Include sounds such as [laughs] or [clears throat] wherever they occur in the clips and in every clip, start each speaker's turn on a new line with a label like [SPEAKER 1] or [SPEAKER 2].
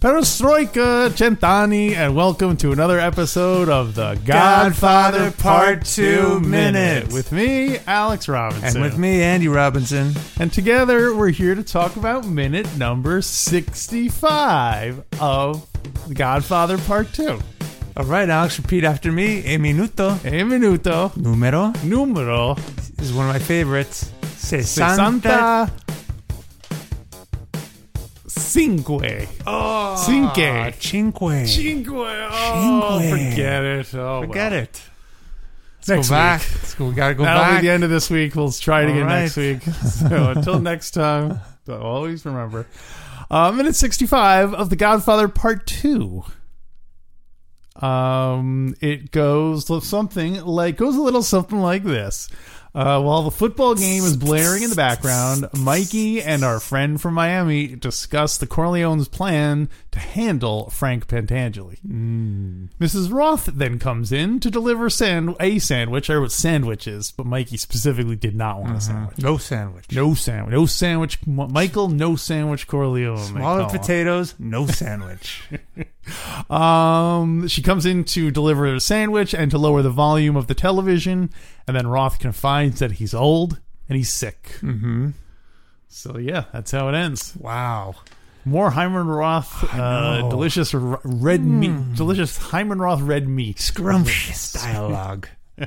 [SPEAKER 1] Perestroika, Centani, and welcome to another episode of the
[SPEAKER 2] Godfather
[SPEAKER 1] Godfather
[SPEAKER 2] Part Two Minute.
[SPEAKER 1] with me, Alex Robinson,
[SPEAKER 2] And with me, Andy Robinson.
[SPEAKER 1] and together we're here to talk about minute number sixty-five of the Godfather Part Two.
[SPEAKER 2] All right, Alex, repeat after me. E minuto
[SPEAKER 1] E minuto
[SPEAKER 2] numero
[SPEAKER 1] numero
[SPEAKER 2] is one of my favorites. Sessanta.
[SPEAKER 1] sessanta cinque.
[SPEAKER 2] Oh,
[SPEAKER 1] Cinque.
[SPEAKER 2] Cinque.
[SPEAKER 1] Cinque. Oh,
[SPEAKER 2] Cinque.
[SPEAKER 1] forget it. Oh,
[SPEAKER 2] Forget
[SPEAKER 1] well.
[SPEAKER 2] it. Let's
[SPEAKER 1] Next
[SPEAKER 2] go back.
[SPEAKER 1] week.
[SPEAKER 2] Let's go, we gotta go
[SPEAKER 1] That'll
[SPEAKER 2] back.
[SPEAKER 1] be the end of this week. We'll try it
[SPEAKER 2] All
[SPEAKER 1] again
[SPEAKER 2] right.
[SPEAKER 1] next week. [laughs] So until next time, [laughs] always remember. Uh, minute 65 of The Godfather Part 2. Um, it goes something like goes a little something like this. Uh, while the football game is blaring in the background, Mikey and our friend from Miami discuss the Corleone's plan to handle Frank Pentangeli. Mrs. Roth then comes in to deliver sand- a sandwich, or sandwiches, but Mikey specifically did not want a sandwich.
[SPEAKER 2] No sandwich.
[SPEAKER 1] No sandwich. No sandwich. M- Michael, no sandwich Corleone. they
[SPEAKER 2] Smaller
[SPEAKER 1] call him.
[SPEAKER 2] potatoes, no sandwich. [laughs]
[SPEAKER 1] Um, she comes in to deliver a sandwich and to lower the volume of the television, and then Roth confides that he's old and he's sick. Mm-hmm. So yeah, that's how it ends.
[SPEAKER 2] wow.
[SPEAKER 1] More Hyman Roth, uh,
[SPEAKER 2] know. Hmm.
[SPEAKER 1] delicious r- red meat, delicious Hyman Roth red meat.
[SPEAKER 2] Scrumptious dialogue. [laughs]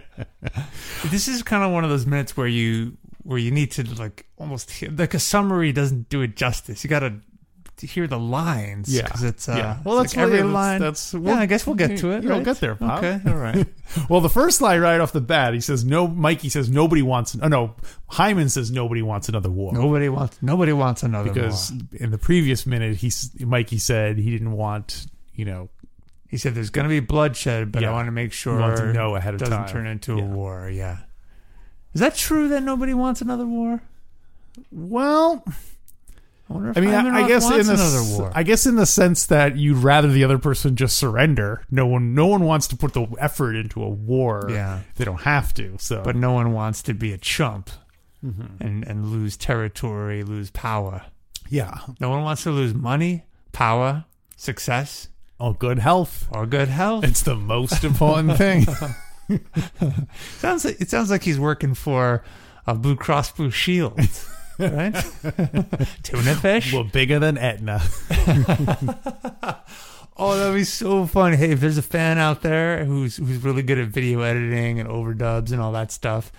[SPEAKER 2] this is kind of one of those minutes where you where you need to like almost hear, like a summary doesn't do it justice. You got to hear the lines.
[SPEAKER 1] Yeah.
[SPEAKER 2] 'cause it's uh,
[SPEAKER 1] Yeah.
[SPEAKER 2] well, that's
[SPEAKER 1] what
[SPEAKER 2] every
[SPEAKER 1] it is.
[SPEAKER 2] line.
[SPEAKER 1] That's-
[SPEAKER 2] yeah.
[SPEAKER 1] well,
[SPEAKER 2] I guess we'll get to it.
[SPEAKER 1] you'll
[SPEAKER 2] right?
[SPEAKER 1] get there, Bob.
[SPEAKER 2] Okay, all right.
[SPEAKER 1] [laughs] Well, the first line right off the bat, he says no. Mikey says nobody wants. Oh no, Hyman says nobody wants another war.
[SPEAKER 2] nobody wants nobody wants another
[SPEAKER 1] because
[SPEAKER 2] war.
[SPEAKER 1] in the previous minute he s- Mikey said he didn't want you know
[SPEAKER 2] He said there's going to be bloodshed, but
[SPEAKER 1] Yeah.
[SPEAKER 2] I want to make sure
[SPEAKER 1] want to know ahead
[SPEAKER 2] it
[SPEAKER 1] of
[SPEAKER 2] doesn't
[SPEAKER 1] time.
[SPEAKER 2] turn into
[SPEAKER 1] Yeah.
[SPEAKER 2] a war. Yeah. Is that true that nobody wants another war?
[SPEAKER 1] well
[SPEAKER 2] I wonder if
[SPEAKER 1] I mean
[SPEAKER 2] Hyman
[SPEAKER 1] I, I
[SPEAKER 2] Roth
[SPEAKER 1] guess in
[SPEAKER 2] wants
[SPEAKER 1] the
[SPEAKER 2] another
[SPEAKER 1] s-
[SPEAKER 2] war.
[SPEAKER 1] I guess in the sense that you'd rather the other person just surrender no one no one wants to put the effort into a war
[SPEAKER 2] Yeah.
[SPEAKER 1] if they don't have to so
[SPEAKER 2] but no one wants to be a chump and, and lose territory, lose power.
[SPEAKER 1] yeah
[SPEAKER 2] No one wants to lose money, power, success,
[SPEAKER 1] oh good health
[SPEAKER 2] or good
[SPEAKER 1] [laughs]
[SPEAKER 2] health.
[SPEAKER 1] it's the most important thing
[SPEAKER 2] sounds like, it sounds like he's working for a Blue Cross Blue Shield, right? [laughs] Tuna fish.
[SPEAKER 1] we're bigger than Etna
[SPEAKER 2] Oh, that'd be so fun. Hey, if there's a fan out there who's who's really good at video editing and overdubs and all that stuff,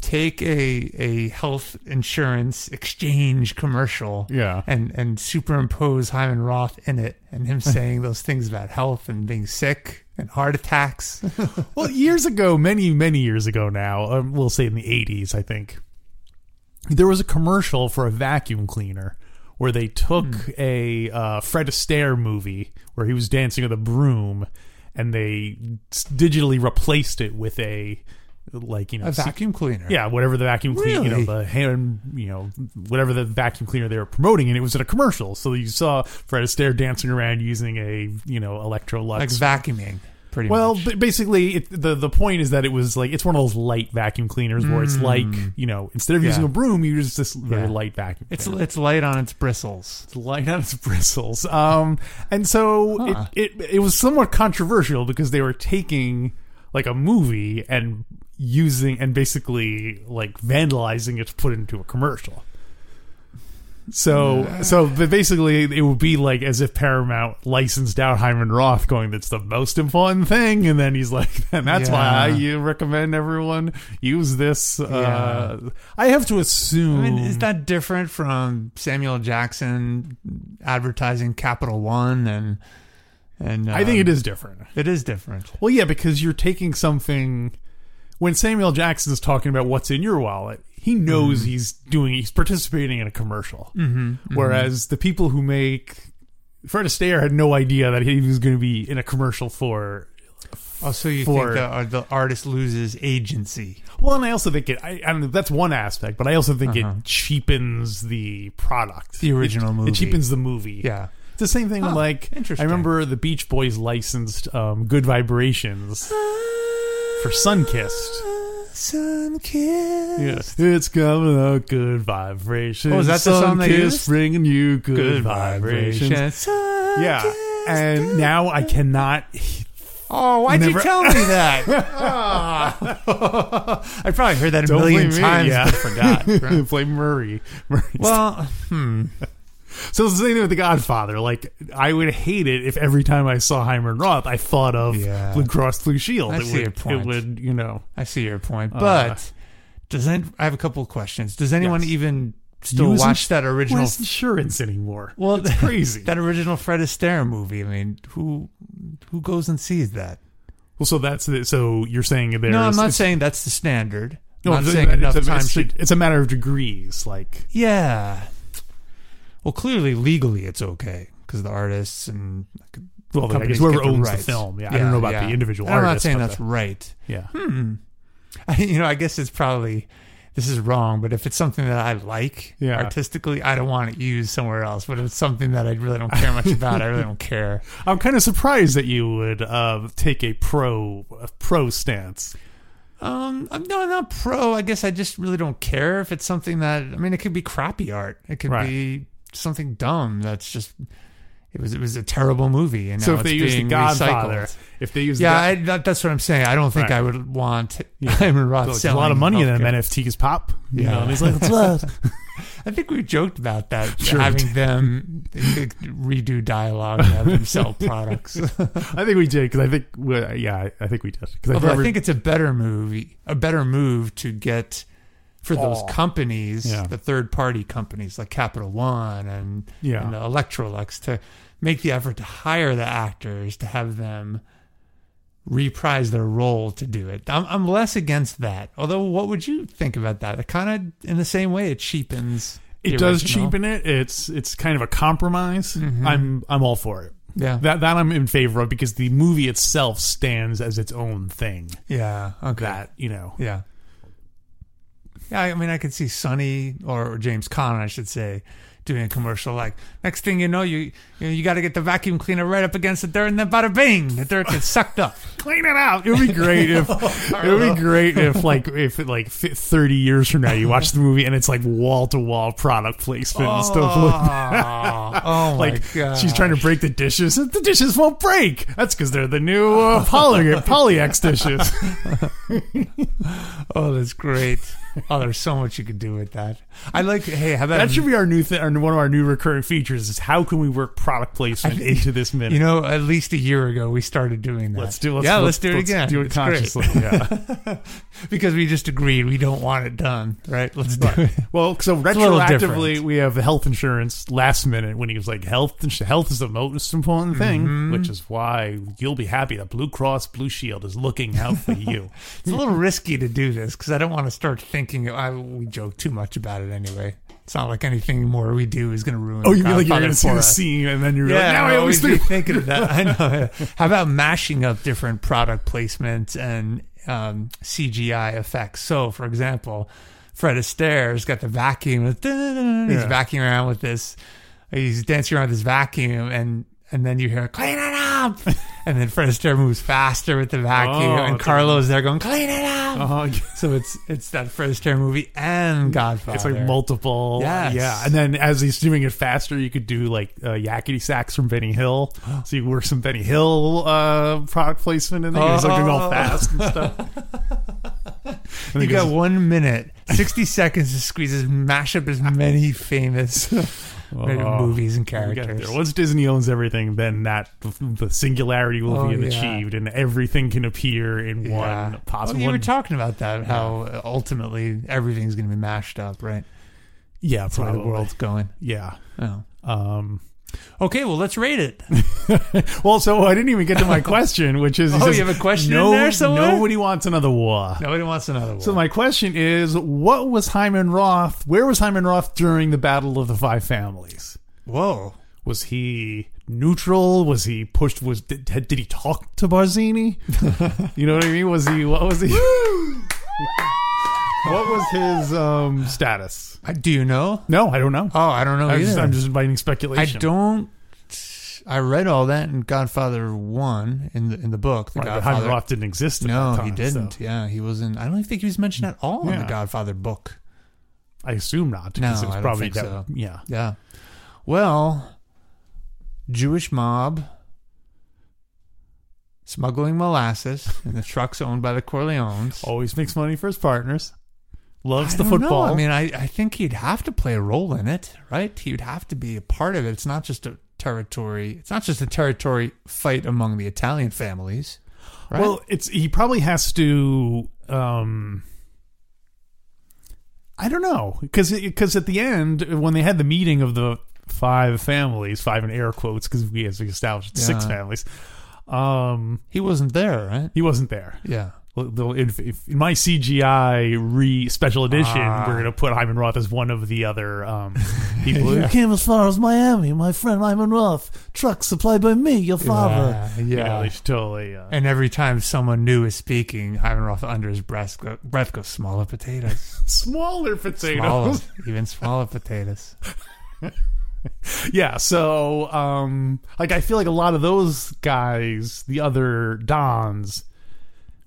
[SPEAKER 2] take a a health insurance exchange commercial.
[SPEAKER 1] Yeah.
[SPEAKER 2] And and superimpose Hyman Roth in it and [laughs] him saying those things about health and being sick and heart [laughs] attacks.
[SPEAKER 1] Well, years ago, many, many years ago now, um, we'll say in the 80s, I think, there was a commercial for a vacuum cleaner where they took
[SPEAKER 2] Hmm.
[SPEAKER 1] a uh, Fred Astaire movie where he was dancing with a broom and they s- digitally replaced it with a, like, you know,
[SPEAKER 2] a
[SPEAKER 1] s-
[SPEAKER 2] vacuum cleaner.
[SPEAKER 1] yeah, whatever the vacuum cleaner, you
[SPEAKER 2] Really?
[SPEAKER 1] know, the hand, you know, whatever the vacuum cleaner they were promoting, and it was in a commercial. So you saw Fred Astaire dancing around using a, you know, Electrolux
[SPEAKER 2] Like vacuuming, pretty
[SPEAKER 1] well,
[SPEAKER 2] much.
[SPEAKER 1] b- basically, it, the the point is that it was like it's one of those light vacuum cleaners where it's like you know instead of
[SPEAKER 2] Mm. Yeah.
[SPEAKER 1] using a broom, you use this very
[SPEAKER 2] Yeah.
[SPEAKER 1] light vacuum.
[SPEAKER 2] It's
[SPEAKER 1] cleaner.
[SPEAKER 2] it's light on its bristles.
[SPEAKER 1] It's light on its bristles. Um, and so
[SPEAKER 2] Huh.
[SPEAKER 1] it, it it was somewhat controversial because they were taking like a movie and using and basically like vandalizing it to put it into a commercial. So, so, but basically, it would be like as if Paramount licensed out Hyman Roth, going, "That's the most important thing," and then he's like, "And that's why
[SPEAKER 2] Yeah.
[SPEAKER 1] you recommend everyone use this." Uh, I have to assume.
[SPEAKER 2] I mean, is that different from Samuel Jackson advertising Capital One and and
[SPEAKER 1] I think
[SPEAKER 2] um,
[SPEAKER 1] it is different.
[SPEAKER 2] It is different.
[SPEAKER 1] Well, yeah, because you're taking something. When Samuel Jackson is talking about what's in your wallet, he knows
[SPEAKER 2] Mm-hmm.
[SPEAKER 1] he's doing, he's participating in a commercial. Mm-hmm, Whereas the people who make Fred Astaire had no idea that he was going to be in a commercial for
[SPEAKER 2] Also, Oh, you
[SPEAKER 1] For-
[SPEAKER 2] think the, uh, the artist loses agency.
[SPEAKER 1] Well, and I also think it. I, I don't know. That's one aspect, but I also think it cheapens the product,
[SPEAKER 2] Uh-huh. The original
[SPEAKER 1] it,
[SPEAKER 2] movie.
[SPEAKER 1] It cheapens the movie.
[SPEAKER 2] Yeah.
[SPEAKER 1] It's the same thing. with
[SPEAKER 2] Huh,
[SPEAKER 1] like, I
[SPEAKER 2] interesting.
[SPEAKER 1] remember the Beach Boys licensed um, "Good Vibrations" for "Sunkissed."
[SPEAKER 2] Sun kissed.
[SPEAKER 1] it's coming out good vibrations.
[SPEAKER 2] Oh, is that the song they
[SPEAKER 1] Sunkissed
[SPEAKER 2] used?
[SPEAKER 1] Bringing you good,
[SPEAKER 2] Good
[SPEAKER 1] vibrations.
[SPEAKER 2] vibrations.
[SPEAKER 1] Yeah, and now I cannot. [laughs]
[SPEAKER 2] oh, why'd
[SPEAKER 1] Never-
[SPEAKER 2] you tell
[SPEAKER 1] [laughs]
[SPEAKER 2] me that? I probably heard that a
[SPEAKER 1] Don't
[SPEAKER 2] million
[SPEAKER 1] blame me,
[SPEAKER 2] times.
[SPEAKER 1] yeah.
[SPEAKER 2] but
[SPEAKER 1] [laughs]
[SPEAKER 2] forgot.
[SPEAKER 1] Play Murray. Murray's
[SPEAKER 2] well,
[SPEAKER 1] So it's the same thing with The Godfather. Like I would hate it if every time I saw Hyman Roth, I thought of
[SPEAKER 2] Yeah.
[SPEAKER 1] Blue Cross Blue Shield.
[SPEAKER 2] I
[SPEAKER 1] it
[SPEAKER 2] see
[SPEAKER 1] would,
[SPEAKER 2] your point.
[SPEAKER 1] It would, you know,
[SPEAKER 2] I see your point,
[SPEAKER 1] Uh,
[SPEAKER 2] but does any, I have a couple of questions? Does anyone
[SPEAKER 1] Yes.
[SPEAKER 2] even still
[SPEAKER 1] Use
[SPEAKER 2] watch that original?
[SPEAKER 1] what's insurance anymore?
[SPEAKER 2] well, [laughs]
[SPEAKER 1] it's crazy.
[SPEAKER 2] that original Fred Astaire movie. I mean, who who goes and sees that?
[SPEAKER 1] well, so that's the, so you're saying there's
[SPEAKER 2] no, I'm not
[SPEAKER 1] it's-
[SPEAKER 2] saying that's the standard.
[SPEAKER 1] no,
[SPEAKER 2] I'm
[SPEAKER 1] it's-
[SPEAKER 2] not saying
[SPEAKER 1] it's
[SPEAKER 2] enough
[SPEAKER 1] a,
[SPEAKER 2] time
[SPEAKER 1] it's,
[SPEAKER 2] should.
[SPEAKER 1] it's a matter of degrees. Like
[SPEAKER 2] Yeah. Well, clearly legally it's okay because the artists and
[SPEAKER 1] well, I guess
[SPEAKER 2] companies
[SPEAKER 1] whoever
[SPEAKER 2] get the
[SPEAKER 1] owns the
[SPEAKER 2] rights.
[SPEAKER 1] film. Yeah, I
[SPEAKER 2] Yeah,
[SPEAKER 1] don't know about
[SPEAKER 2] yeah.
[SPEAKER 1] the individual
[SPEAKER 2] I'm not
[SPEAKER 1] artist.
[SPEAKER 2] saying
[SPEAKER 1] but
[SPEAKER 2] that's
[SPEAKER 1] the- Hmm.
[SPEAKER 2] right. [laughs]
[SPEAKER 1] yeah.
[SPEAKER 2] I, you know, I guess it's probably this is wrong, but if it's something that I like
[SPEAKER 1] Yeah.
[SPEAKER 2] artistically, I don't want it used somewhere else. But if it's something that I really don't
[SPEAKER 1] [laughs]
[SPEAKER 2] care much about, I really don't care.
[SPEAKER 1] I'm kind of surprised that you would uh, take a pro a pro stance.
[SPEAKER 2] Um, I'm no, I'm not pro. I guess I just really don't care if it's something that I mean, it could be crappy art. It could
[SPEAKER 1] Right.
[SPEAKER 2] be something dumb that's just. It was it was a terrible movie, and
[SPEAKER 1] So
[SPEAKER 2] now
[SPEAKER 1] if they
[SPEAKER 2] it's
[SPEAKER 1] use the
[SPEAKER 2] being
[SPEAKER 1] Godfather,
[SPEAKER 2] recycled.
[SPEAKER 1] if they use
[SPEAKER 2] Yeah,
[SPEAKER 1] the
[SPEAKER 2] I, that, that's what I'm saying. I don't think
[SPEAKER 1] Right.
[SPEAKER 2] I would want [laughs] Hyman Roth
[SPEAKER 1] There's a
[SPEAKER 2] selling
[SPEAKER 1] lot of money in them
[SPEAKER 2] healthcare.
[SPEAKER 1] NFTs pop. You
[SPEAKER 2] Yeah.
[SPEAKER 1] know, and he's like, "It's love." [laughs]
[SPEAKER 2] I think we joked about that,
[SPEAKER 1] Sure we
[SPEAKER 2] having them redo dialogue and have
[SPEAKER 1] [laughs]
[SPEAKER 2] them sell products.
[SPEAKER 1] I think we did because I think, we, yeah, I- I think we did because I,
[SPEAKER 2] Although I
[SPEAKER 1] remember-
[SPEAKER 2] think it's a better movie, a better move to get for those
[SPEAKER 1] Aw.
[SPEAKER 2] companies,
[SPEAKER 1] Yeah.
[SPEAKER 2] the third party companies like Capital One and,
[SPEAKER 1] Yeah.
[SPEAKER 2] and the Electrolux, to make the effort to hire the actors to have them reprise their role to do it. I'm, I'm less against that. Although, what would you think about that? It kind of, in the same way, it cheapens. the
[SPEAKER 1] it does
[SPEAKER 2] original. Mm-hmm.
[SPEAKER 1] cheapen it. It's it's kind of a compromise. I'm I'm all for it.
[SPEAKER 2] Yeah.
[SPEAKER 1] That that I'm in favor of because the movie itself stands as its own thing.
[SPEAKER 2] Yeah. Okay.
[SPEAKER 1] That you know,
[SPEAKER 2] Yeah. Yeah, I mean, I could see Sonny or James Conn, I should say, doing a commercial like, next thing you know, you you, know, you got to get the vacuum cleaner right up against the dirt, and then bada bing, the dirt gets sucked up.
[SPEAKER 1] clean it out. It would be great [laughs] if it would be great if like if like fi- 30 years from now you watch the movie and it's like wall to wall product placement and stuff like [laughs]
[SPEAKER 2] Oh, oh my
[SPEAKER 1] like
[SPEAKER 2] god!
[SPEAKER 1] she's trying to break the dishes the dishes won't break that's because they're the new uh, poly polyex dishes
[SPEAKER 2] Oh, that's great. Oh, there's so much you could do with that. I like. Hey, how
[SPEAKER 1] [laughs]
[SPEAKER 2] about
[SPEAKER 1] that should be our new thing one of our new recurring features is how can we work product placement into this minute
[SPEAKER 2] you know? At least a year ago, we started doing that.
[SPEAKER 1] let's do let's,
[SPEAKER 2] yeah, let's, do it
[SPEAKER 1] let's
[SPEAKER 2] again.
[SPEAKER 1] do it
[SPEAKER 2] It's great.
[SPEAKER 1] consciously yeah
[SPEAKER 2] [laughs] because we just agreed we don't want it done. Right? Let's do it.
[SPEAKER 1] well so
[SPEAKER 2] little
[SPEAKER 1] retroactively
[SPEAKER 2] different.
[SPEAKER 1] we have the health insurance last minute when he was like health ins- health is the most important thing which is why you'll be happy that blue cross blue shield is looking out for you
[SPEAKER 2] It's a little risky to do this because I don't want to start thinking. I, we joke too much about it anyway. It's not like anything more we do is going to ruin.
[SPEAKER 1] [laughs] oh
[SPEAKER 2] the
[SPEAKER 1] you mean like you're
[SPEAKER 2] Godfather
[SPEAKER 1] gonna see
[SPEAKER 2] for
[SPEAKER 1] the
[SPEAKER 2] us.
[SPEAKER 1] scene and then you're
[SPEAKER 2] Yeah,
[SPEAKER 1] like now i always
[SPEAKER 2] be
[SPEAKER 1] [laughs] think
[SPEAKER 2] thinking of that. I know. How about mashing up different product placements and um, CGI effects? So, for example, Fred Astaire's got the vacuum. He's
[SPEAKER 1] Yeah.
[SPEAKER 2] vacuuming around with this. He's dancing around with this vacuum, and and then you hear clean it up, and then Fred Astaire moves faster with the vacuum,
[SPEAKER 1] Oh,
[SPEAKER 2] and
[SPEAKER 1] the-
[SPEAKER 2] Carlo's there going clean it
[SPEAKER 1] [laughs]
[SPEAKER 2] up.
[SPEAKER 1] uh
[SPEAKER 2] So it's it's that Fred Astaire movie and Godfather.
[SPEAKER 1] It's like multiple.
[SPEAKER 2] Yes.
[SPEAKER 1] Yeah. And then as he's doing it faster, you could do like uh, Yakety Sacks from Benny [gasps] Hill. So you work some Benny Hill uh, product placement in there. He's like doing all
[SPEAKER 2] Oh.
[SPEAKER 1] fast and [laughs] stuff. And
[SPEAKER 2] You
[SPEAKER 1] he
[SPEAKER 2] got
[SPEAKER 1] goes,
[SPEAKER 2] one minute, sixty [laughs] seconds to squeeze as mash up as many famous [laughs]
[SPEAKER 1] Oh.
[SPEAKER 2] movies and
[SPEAKER 1] "We got
[SPEAKER 2] characters.
[SPEAKER 1] there." Once Disney owns everything, then that the singularity will
[SPEAKER 2] Oh,
[SPEAKER 1] be
[SPEAKER 2] yeah.
[SPEAKER 1] achieved, and everything can appear in
[SPEAKER 2] Yeah.
[SPEAKER 1] one possible.
[SPEAKER 2] Oh, you were talking about that, how uh, ultimately everything's going to be mashed up, right?
[SPEAKER 1] yeah,
[SPEAKER 2] That's where
[SPEAKER 1] probably.
[SPEAKER 2] the world's going.
[SPEAKER 1] Yeah.
[SPEAKER 2] Oh.
[SPEAKER 1] Um,
[SPEAKER 2] Okay, well, let's rate it.
[SPEAKER 1] well, so I didn't even get to
[SPEAKER 2] [laughs]
[SPEAKER 1] my question, which is he
[SPEAKER 2] Oh,
[SPEAKER 1] says,
[SPEAKER 2] you have a question in
[SPEAKER 1] no,
[SPEAKER 2] there somewhere?"
[SPEAKER 1] Nobody wants another war.
[SPEAKER 2] Nobody wants another one.
[SPEAKER 1] So my question is, what was Hyman Roth? Where was Hyman Roth during the Battle of the Five Families?
[SPEAKER 2] Whoa.
[SPEAKER 1] Was he neutral? Was he pushed? Was did, did he talk to
[SPEAKER 2] [laughs]
[SPEAKER 1] Barzini? you know what I mean? Was he? What was he? what was his um, status?
[SPEAKER 2] I- Do you know?
[SPEAKER 1] No, I don't know.
[SPEAKER 2] Oh, I don't know
[SPEAKER 1] I'm just,
[SPEAKER 2] either.
[SPEAKER 1] I'm just inviting
[SPEAKER 2] I
[SPEAKER 1] speculation.
[SPEAKER 2] don't. I read all that in Godfather One in the in the book. The
[SPEAKER 1] Right, but
[SPEAKER 2] Godfather.
[SPEAKER 1] Roth didn't exist. At
[SPEAKER 2] no,
[SPEAKER 1] that time,
[SPEAKER 2] he
[SPEAKER 1] so
[SPEAKER 2] didn't. Yeah, he wasn't. I don't think he was mentioned at all in the
[SPEAKER 1] Yeah.
[SPEAKER 2] Godfather book.
[SPEAKER 1] I assume not. 'cause
[SPEAKER 2] No,
[SPEAKER 1] it was
[SPEAKER 2] I don't
[SPEAKER 1] probably
[SPEAKER 2] think
[SPEAKER 1] that-
[SPEAKER 2] so.
[SPEAKER 1] Yeah.
[SPEAKER 2] Yeah. Well, Jewish mob smuggling molasses in the trucks owned by the Corleones.
[SPEAKER 1] Always makes money for his partners.
[SPEAKER 2] I
[SPEAKER 1] Loves Oh, the
[SPEAKER 2] don't know.
[SPEAKER 1] football.
[SPEAKER 2] I mean, I, I think he'd have to play a role in it, right? He would have to be a part of it. It's not just a territory. It's not just a territory fight among the Italian families. Right?
[SPEAKER 1] Well, it's he probably has to. Um, I don't know because because at the end when they had the meeting of the five families, five in air quotes because we as we established six
[SPEAKER 2] Yeah.
[SPEAKER 1] families, um,
[SPEAKER 2] he wasn't there, right?
[SPEAKER 1] he wasn't there.
[SPEAKER 2] Yeah.
[SPEAKER 1] Well, they'll- If, if, in my CGI re special edition,
[SPEAKER 2] Ah.
[SPEAKER 1] we're gonna put Hyman Roth as one of the other um, [laughs] people. Who came as far as Miami, my friend Hyman Roth. Truck supplied by me, your
[SPEAKER 2] Yeah.
[SPEAKER 1] Yeah,
[SPEAKER 2] yeah.
[SPEAKER 1] they should totally. Uh,
[SPEAKER 2] And every time someone new is speaking, Ivanroth under his breath, go, breath goes, smaller potatoes.
[SPEAKER 1] smaller potatoes.
[SPEAKER 2] Smaller, [laughs] even smaller potatoes.
[SPEAKER 1] Yeah, so um like I feel like a lot of those guys, the other Dons,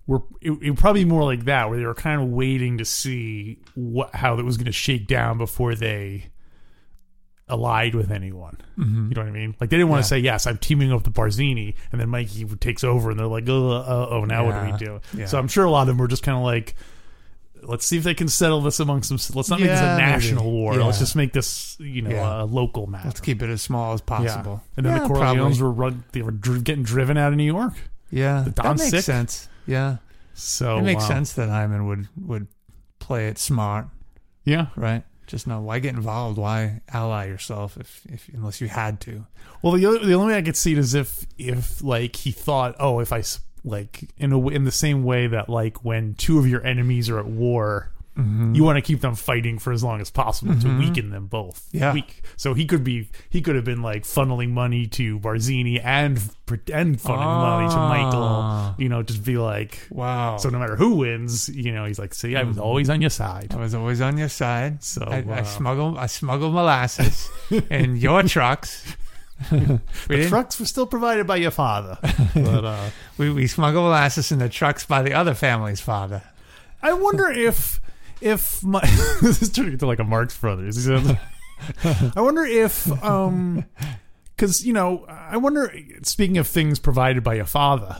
[SPEAKER 1] were it, it would probably be more like that, where they were kind of waiting to see what how that was going to shake down before they allied with anyone. You know what I mean? Like they didn't want
[SPEAKER 2] Mm-hmm. Yeah.
[SPEAKER 1] to say yes, I'm teaming up with Barzini, and then Mikey takes over, and they're like, oh, uh, oh, now what
[SPEAKER 2] Yeah.
[SPEAKER 1] do we do?
[SPEAKER 2] Yeah.
[SPEAKER 1] So I'm sure a lot of them were just kind of like. Let's see if they can settle this amongst themselves. Let's not make this
[SPEAKER 2] Yeah,
[SPEAKER 1] a
[SPEAKER 2] maybe.
[SPEAKER 1] national war.
[SPEAKER 2] Yeah.
[SPEAKER 1] Let's just make this, you know,
[SPEAKER 2] Yeah.
[SPEAKER 1] a local matter.
[SPEAKER 2] Let's keep it as small as possible.
[SPEAKER 1] Yeah. And then
[SPEAKER 2] Yeah,
[SPEAKER 1] the Corleones
[SPEAKER 2] probably.
[SPEAKER 1] were run, they were dri- getting driven out of New York.
[SPEAKER 2] Yeah,
[SPEAKER 1] The
[SPEAKER 2] that
[SPEAKER 1] Don's
[SPEAKER 2] makes
[SPEAKER 1] sick.
[SPEAKER 2] sense. Yeah,
[SPEAKER 1] So
[SPEAKER 2] it makes
[SPEAKER 1] wow.
[SPEAKER 2] sense that Hyman would would play it smart,
[SPEAKER 1] Yeah.
[SPEAKER 2] right? Just know why get involved, why ally yourself if, if unless you had to.
[SPEAKER 1] Well, the other, the only way I could see it is if if like he thought, oh, if I s- like in a w- in the same way that like when two of your enemies are at war,
[SPEAKER 2] Mm-hmm.
[SPEAKER 1] you want to keep them fighting for as long as possible to weaken them both.
[SPEAKER 2] Yeah.
[SPEAKER 1] Weak. So he could be he could have been like funneling money to Barzini and and funneling money to
[SPEAKER 2] Ah.
[SPEAKER 1] Michael. You know, just be like.
[SPEAKER 2] Wow.
[SPEAKER 1] So
[SPEAKER 2] So
[SPEAKER 1] no matter who wins, you know, he's like, see, I was always on your side.
[SPEAKER 2] I was always on your side.
[SPEAKER 1] So,
[SPEAKER 2] Mm. I, I
[SPEAKER 1] Oh, wow.
[SPEAKER 2] smuggled I
[SPEAKER 1] [laughs]
[SPEAKER 2] smuggled molasses in your trucks. we,
[SPEAKER 1] The
[SPEAKER 2] didn't-
[SPEAKER 1] trucks were still provided by your father. but uh,
[SPEAKER 2] we we smuggled molasses in the trucks by the other family's father.
[SPEAKER 1] I wonder if if my [laughs] this is turning into like a Marx Brothers. He sounds- I wonder if um because you know I wonder. Speaking of things provided by your father,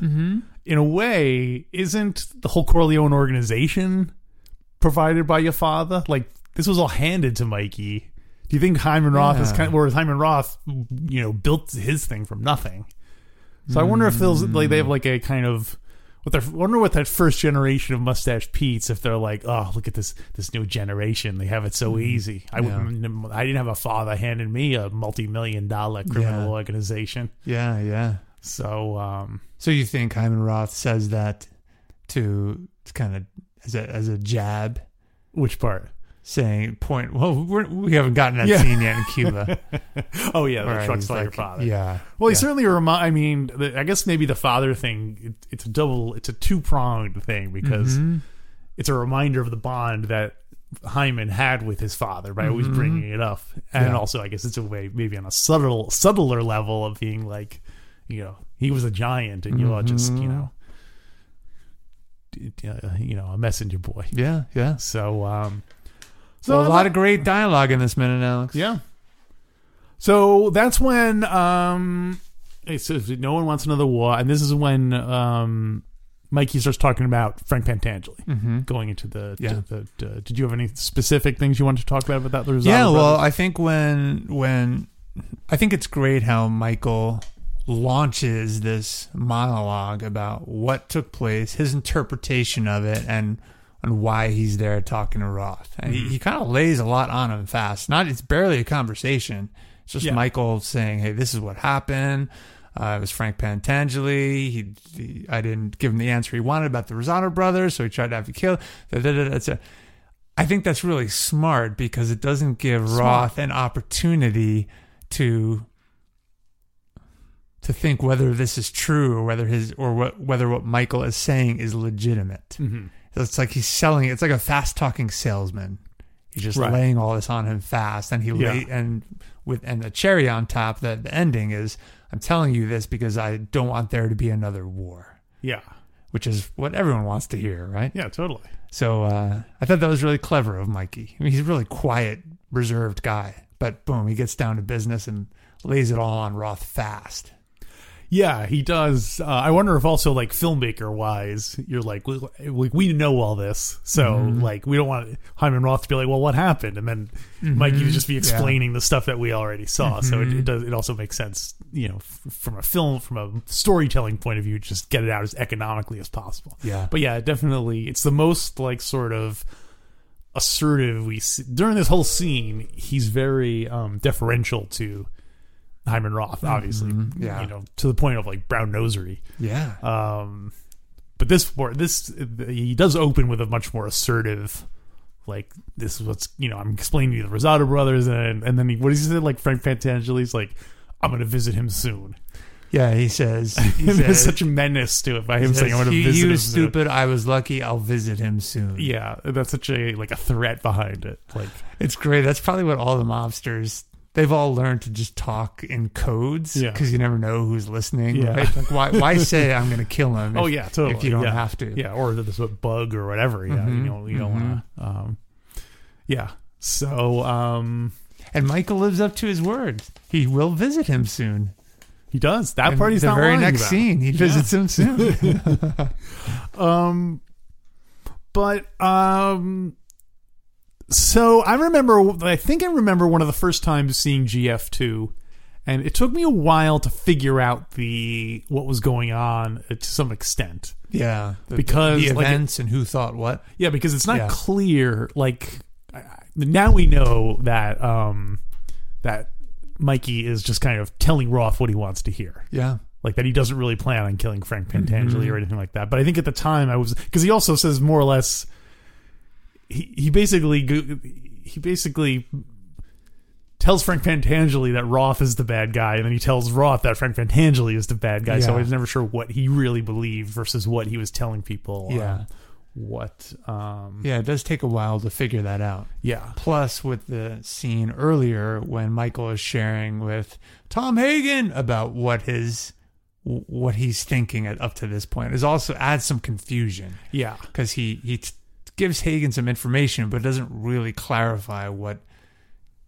[SPEAKER 1] in a way, isn't the whole Corleone organization provided by your father? Like this was all handed to Mikey. Do you think Hyman Roth is
[SPEAKER 2] Yeah.
[SPEAKER 1] kind of, or Hyman Roth, you know, built his thing from nothing? So I wonder if those like they have like a kind of what they're I wonder what that first generation of mustache Pete's if they're like oh look at this this new generation they have it so easy I wouldn't I didn't have a father handed me a multi million dollar criminal
[SPEAKER 2] Yeah.
[SPEAKER 1] organization
[SPEAKER 2] Yeah, yeah.
[SPEAKER 1] so um
[SPEAKER 2] So you think Hyman Roth says that to kind of as a as a jab,
[SPEAKER 1] which part
[SPEAKER 2] saying point. Well, we're, we haven't gotten that
[SPEAKER 1] Yeah.
[SPEAKER 2] scene yet in Cuba.
[SPEAKER 1] oh yeah [laughs] the
[SPEAKER 2] Where
[SPEAKER 1] truck's
[SPEAKER 2] he's
[SPEAKER 1] by your
[SPEAKER 2] like,
[SPEAKER 1] father
[SPEAKER 2] Yeah.
[SPEAKER 1] well he
[SPEAKER 2] yeah.
[SPEAKER 1] certainly remind I mean the, I guess maybe the father thing it, it's a double it's a two pronged thing because
[SPEAKER 2] Mhm.
[SPEAKER 1] it's a reminder of the bond that Hyman had with his father by always bringing it up, and
[SPEAKER 2] Yeah.
[SPEAKER 1] also I guess it's a way maybe on a subtle subtler level of being like, you know, he was a giant, and you are just you know, d- d- uh, you know, a messenger boy.
[SPEAKER 2] Yeah. Yeah.
[SPEAKER 1] So, um, so
[SPEAKER 2] So a lot of great dialogue in this minute, Alex.
[SPEAKER 1] yeah. So that's when um, it says no one wants another war, and this is when um, Mikey starts talking about Frank Pantangeli
[SPEAKER 2] Mm-hmm.
[SPEAKER 1] going into the,
[SPEAKER 2] Yeah.
[SPEAKER 1] the, the, uh, Did you have any specific things you wanted to talk about about that? The Rosado
[SPEAKER 2] yeah. Well,
[SPEAKER 1] brothers?
[SPEAKER 2] I think when when I think it's great how Michael launches this monologue about what took place, his interpretation of it, and and why he's there talking to Roth. And he, he kind of lays a lot on him fast. Not it's barely a conversation. It's just
[SPEAKER 1] Yeah.
[SPEAKER 2] Michael saying, "Hey, this is what happened." Uh, it was Frank Pantangeli. He, he, I didn't give him the answer he wanted about the Rosado brothers, so he tried to have you killed. Da, da, da, da. It's a- I think that's really smart because it doesn't give Roth an opportunity to to think whether this is true or whether his or what whether what Michael is saying is legitimate.
[SPEAKER 1] Mm-hmm.
[SPEAKER 2] So It's like he's selling. It's like a fast talking salesman. He's just
[SPEAKER 1] Right.
[SPEAKER 2] laying all this on him fast, and he
[SPEAKER 1] Yeah.
[SPEAKER 2] lay, and with and the cherry on top, the, the ending is I'm telling you this because I don't want there to be another war,
[SPEAKER 1] Yeah.
[SPEAKER 2] which is what everyone wants to hear, right?
[SPEAKER 1] Yeah, totally.
[SPEAKER 2] So uh, I thought that was really clever of Mikey. I mean, he's a really quiet, reserved guy, but boom, he gets down to business and lays it all on Roth fast.
[SPEAKER 1] Yeah, he does. Uh, I wonder if also like filmmaker wise, you're like we, we we know all this, so like we don't want Hyman Roth to be like, well, what happened, and then Mikey would just be explaining the stuff that we already saw. So it, it does. It also makes sense, you know, f- from a film, from a storytelling point of view, just get it out as economically as possible.
[SPEAKER 2] Yeah.
[SPEAKER 1] but yeah, definitely, it's the most like sort of assertive we see. during this whole scene. He's very um, deferential to. Hyman Roth, obviously,
[SPEAKER 2] Mm-hmm. yeah.
[SPEAKER 1] you know, to the point of like brown nosery.
[SPEAKER 2] Yeah.
[SPEAKER 1] Um, but this war, this he does open with a much more assertive, like this is what's you know I'm explaining to you the Rosado brothers and and then he, what does he say like Frank Fantangeli's like I'm gonna visit him soon. [laughs]
[SPEAKER 2] yeah, he says. He
[SPEAKER 1] There's
[SPEAKER 2] says,
[SPEAKER 1] such a menace to it by him
[SPEAKER 2] he
[SPEAKER 1] saying
[SPEAKER 2] says,
[SPEAKER 1] I'm gonna
[SPEAKER 2] he,
[SPEAKER 1] visit
[SPEAKER 2] he
[SPEAKER 1] him
[SPEAKER 2] was
[SPEAKER 1] soon."
[SPEAKER 2] stupid. I was lucky. I'll visit him soon.
[SPEAKER 1] Yeah, that's such a like a threat behind it. Like
[SPEAKER 2] It's great. That's probably what all the mobsters they've all learned to just talk in codes
[SPEAKER 1] Yeah.
[SPEAKER 2] because you never know who's listening.
[SPEAKER 1] Yeah.
[SPEAKER 2] Right? Like
[SPEAKER 1] [laughs]
[SPEAKER 2] why why say I'm going to kill him?
[SPEAKER 1] oh
[SPEAKER 2] if-
[SPEAKER 1] yeah, totally.
[SPEAKER 2] If you don't
[SPEAKER 1] yeah.
[SPEAKER 2] have to.
[SPEAKER 1] yeah, or this bug or whatever. Yeah, you
[SPEAKER 2] Mhm,
[SPEAKER 1] know you don't wanna.
[SPEAKER 2] mm-hmm.
[SPEAKER 1] Um, yeah, so um,
[SPEAKER 2] And Michael lives up to his word. He will visit him soon.
[SPEAKER 1] He does. That
[SPEAKER 2] And
[SPEAKER 1] part he's
[SPEAKER 2] the
[SPEAKER 1] not
[SPEAKER 2] very
[SPEAKER 1] lying
[SPEAKER 2] next
[SPEAKER 1] about.
[SPEAKER 2] scene. He visits
[SPEAKER 1] [laughs]
[SPEAKER 2] him soon.
[SPEAKER 1] Um, but um, so I remember. I think I remember one of the first times seeing GF two, and it took me a while to figure out the what was going on uh, to some extent.
[SPEAKER 2] yeah, The-
[SPEAKER 1] Because,
[SPEAKER 2] the
[SPEAKER 1] like,
[SPEAKER 2] events and who thought what.
[SPEAKER 1] Yeah, because it's not
[SPEAKER 2] Yeah.
[SPEAKER 1] clear. Like I- I- now we know that um that Mikey is just kind of telling Roth what he wants to hear.
[SPEAKER 2] Yeah,
[SPEAKER 1] like that he doesn't really plan on killing Frank Pantangeli or anything like that. But I think at the time I was because he also says more or less he he basically go- he basically tells Frank Pantangeli that Roth is the bad guy, and then he tells Roth that Frank Pantangeli is the bad guy. So
[SPEAKER 2] Yeah.
[SPEAKER 1] I was never sure what he really believed versus what he was telling people. um,
[SPEAKER 2] Yeah.
[SPEAKER 1] what? Um,
[SPEAKER 2] yeah. It does take a while to figure that out.
[SPEAKER 1] yeah.
[SPEAKER 2] Plus, with the scene earlier when Michael is sharing with Tom Hagen about what his what he's thinking at, up to this point is also adds some confusion
[SPEAKER 1] Yeah.
[SPEAKER 2] because he he t- gives Hagen some information but doesn't really clarify what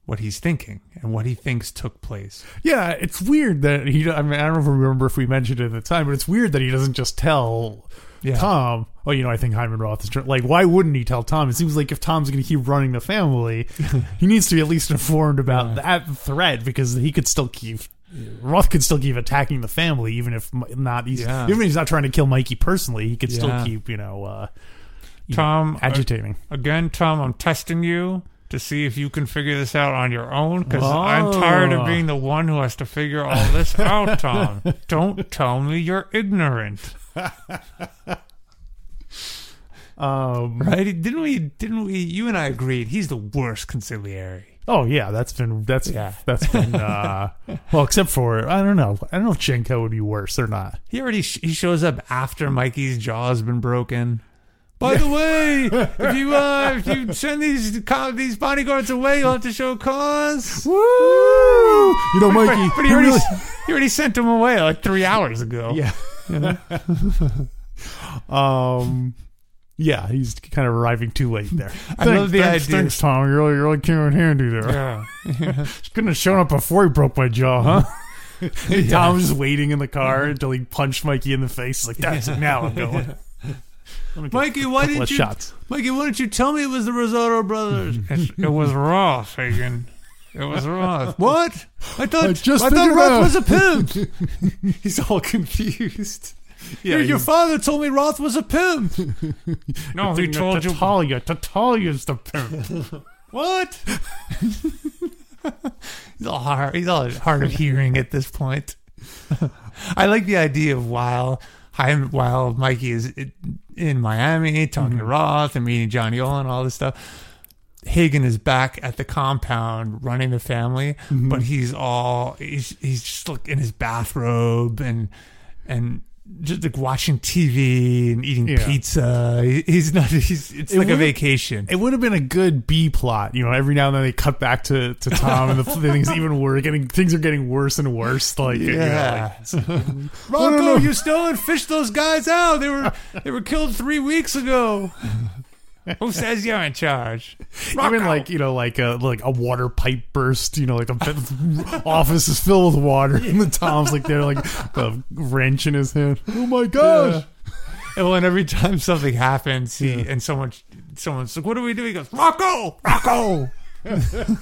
[SPEAKER 2] what he's thinking and what he thinks took place.
[SPEAKER 1] Yeah, it's weird that he. I mean, I don't remember if we mentioned it at the time, but it's weird that he doesn't just tell
[SPEAKER 2] Yeah.
[SPEAKER 1] Tom. Oh, you know, I think Hyman Roth is tr-" like. Why wouldn't he tell Tom? It seems like if Tom's going to keep running the
[SPEAKER 2] [laughs]
[SPEAKER 1] family, he needs to be at least informed about that threat because he could still keep. Roth could still keep attacking the family, even if Mi- not. He's,
[SPEAKER 2] Yeah.
[SPEAKER 1] Even if he's not trying to kill Mikey personally, he could still
[SPEAKER 2] Yeah.
[SPEAKER 1] keep you know uh,
[SPEAKER 2] Tom
[SPEAKER 1] agitating.
[SPEAKER 2] Again, Tom, I'm testing you to see if you can figure this out on your own because I'm tired
[SPEAKER 1] Oh.
[SPEAKER 2] of being the one who has to figure all
[SPEAKER 1] [laughs]
[SPEAKER 2] this out, Tom. Don't tell me you're ignorant.
[SPEAKER 1] Um,
[SPEAKER 2] Right? Didn't we didn't we you and I agreed he's the worst conciliary.
[SPEAKER 1] oh yeah, that's been that's
[SPEAKER 2] Yeah.
[SPEAKER 1] that's been
[SPEAKER 2] [laughs]
[SPEAKER 1] uh, well, except for I don't know. I don't know if Jenko would be worse or not.
[SPEAKER 2] He already sh- he shows up after Mikey's jaw has been broken.
[SPEAKER 1] [laughs]
[SPEAKER 2] By the way, if you uh, if you send these co- these bodyguards away, you'll have to show cause.
[SPEAKER 1] Woo! You know, Oh, Mikey.
[SPEAKER 2] But he
[SPEAKER 1] he
[SPEAKER 2] already
[SPEAKER 1] really-
[SPEAKER 2] he already sent them away like three hours ago.
[SPEAKER 1] Yeah.
[SPEAKER 2] Oh. [laughs]
[SPEAKER 1] um. Yeah, he's kind of arriving too late [laughs] there.
[SPEAKER 2] I love the
[SPEAKER 1] thanks,
[SPEAKER 2] idea-
[SPEAKER 1] Thanks, Tom. You really, you really came in handy there.
[SPEAKER 2] Yeah.
[SPEAKER 1] Couldn't have shown up before he broke my jaw,
[SPEAKER 2] [laughs]
[SPEAKER 1] huh? [laughs] And Tom's just waiting in the car until he punched Mikey in the face. He's like, that's it. Now I'm
[SPEAKER 2] [laughs]
[SPEAKER 1] going. Let me get
[SPEAKER 2] Mikey, why
[SPEAKER 1] a couple
[SPEAKER 2] didn't
[SPEAKER 1] of
[SPEAKER 2] you?
[SPEAKER 1] shots.
[SPEAKER 2] Mikey, why didn't you tell me it was the Rosato brothers? Mm. it, it was Roth, Hagen. It was Roth. What? I thought
[SPEAKER 1] I just
[SPEAKER 2] I thought
[SPEAKER 1] figured
[SPEAKER 2] Roth
[SPEAKER 1] out.
[SPEAKER 2] was a [laughs] pimp. he's all confused.
[SPEAKER 1] Yeah,
[SPEAKER 2] your, your
[SPEAKER 1] he's-
[SPEAKER 2] father told me Roth was a pimp. no, he told you
[SPEAKER 1] Tatalia. Tatalia's the
[SPEAKER 2] [laughs]
[SPEAKER 1] pimp.
[SPEAKER 2] what? [laughs] he's all hard. He's all hard of hearing at this point. [laughs] I like the idea of while Hyam- while
[SPEAKER 1] Mm-hmm.
[SPEAKER 2] Mikey is in Miami talking to Roth and meeting Johnny Olin, all this stuff. Hagen is back at the compound running the family,
[SPEAKER 1] Mm-hmm.
[SPEAKER 2] but he's all he's he's just like in his bathrobe and and just like watching TV and eating
[SPEAKER 1] Yeah.
[SPEAKER 2] pizza. He- He's not. He's it's
[SPEAKER 1] It
[SPEAKER 2] like a
[SPEAKER 1] would-
[SPEAKER 2] vacation.
[SPEAKER 1] It would have been a good B plot, you know. Every now and then they cut back to, to Tom,
[SPEAKER 2] [laughs]
[SPEAKER 1] and the, the things even worse. Getting things are getting worse and worse. Like, you know, like-
[SPEAKER 2] Yeah.
[SPEAKER 1] Oh, no, no.
[SPEAKER 2] [laughs] Rocco, you still and fish those guys out. They were they were killed three weeks ago. Who says you're in [laughs] charge? Rocco.
[SPEAKER 1] even like you know, like a like a water pipe burst. You know, like the office is filled with water, and the Tom's like there,
[SPEAKER 2] [laughs]
[SPEAKER 1] like the wrench in his hand. Oh my gosh!
[SPEAKER 2] Yeah. And when every time something happens, he and someone someone's like, "What do we do?" He goes, "Rocco, Rocco." [laughs] it's